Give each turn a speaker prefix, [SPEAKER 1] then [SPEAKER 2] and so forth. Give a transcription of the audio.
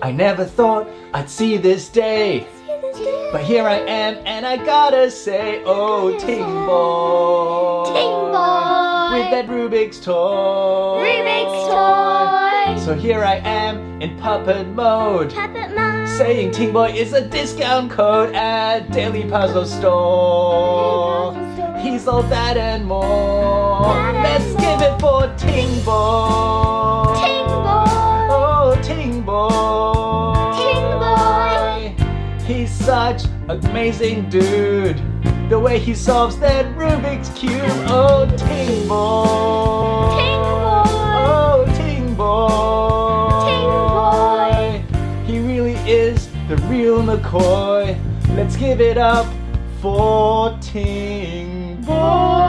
[SPEAKER 1] I never thought I'd see this day. But here I am, and I gotta say, oh, Ting Boy.
[SPEAKER 2] Ting Boy.
[SPEAKER 1] With that Rubik's toy.
[SPEAKER 2] Rubik's toy.
[SPEAKER 1] So here I am in puppet mode.
[SPEAKER 2] Puppet mode.
[SPEAKER 1] Saying Ting Boy is a discount code at Daily Puzzle Store.
[SPEAKER 2] Daily Puzzle Store.
[SPEAKER 1] He's all that and more.
[SPEAKER 2] That and
[SPEAKER 1] Let's
[SPEAKER 2] more.
[SPEAKER 1] give it for Ting Boy.
[SPEAKER 2] Ting Boy.
[SPEAKER 1] Oh, Ting Boy.
[SPEAKER 2] Ting
[SPEAKER 1] He's such an amazing dude. The way he solves that Rubik's Cube. Oh, Ting Boy.
[SPEAKER 2] Ting Boy.
[SPEAKER 1] Oh, Ting Boy. Ting Boy. He really is the real McCoy. Let's give it up for Ting Boy.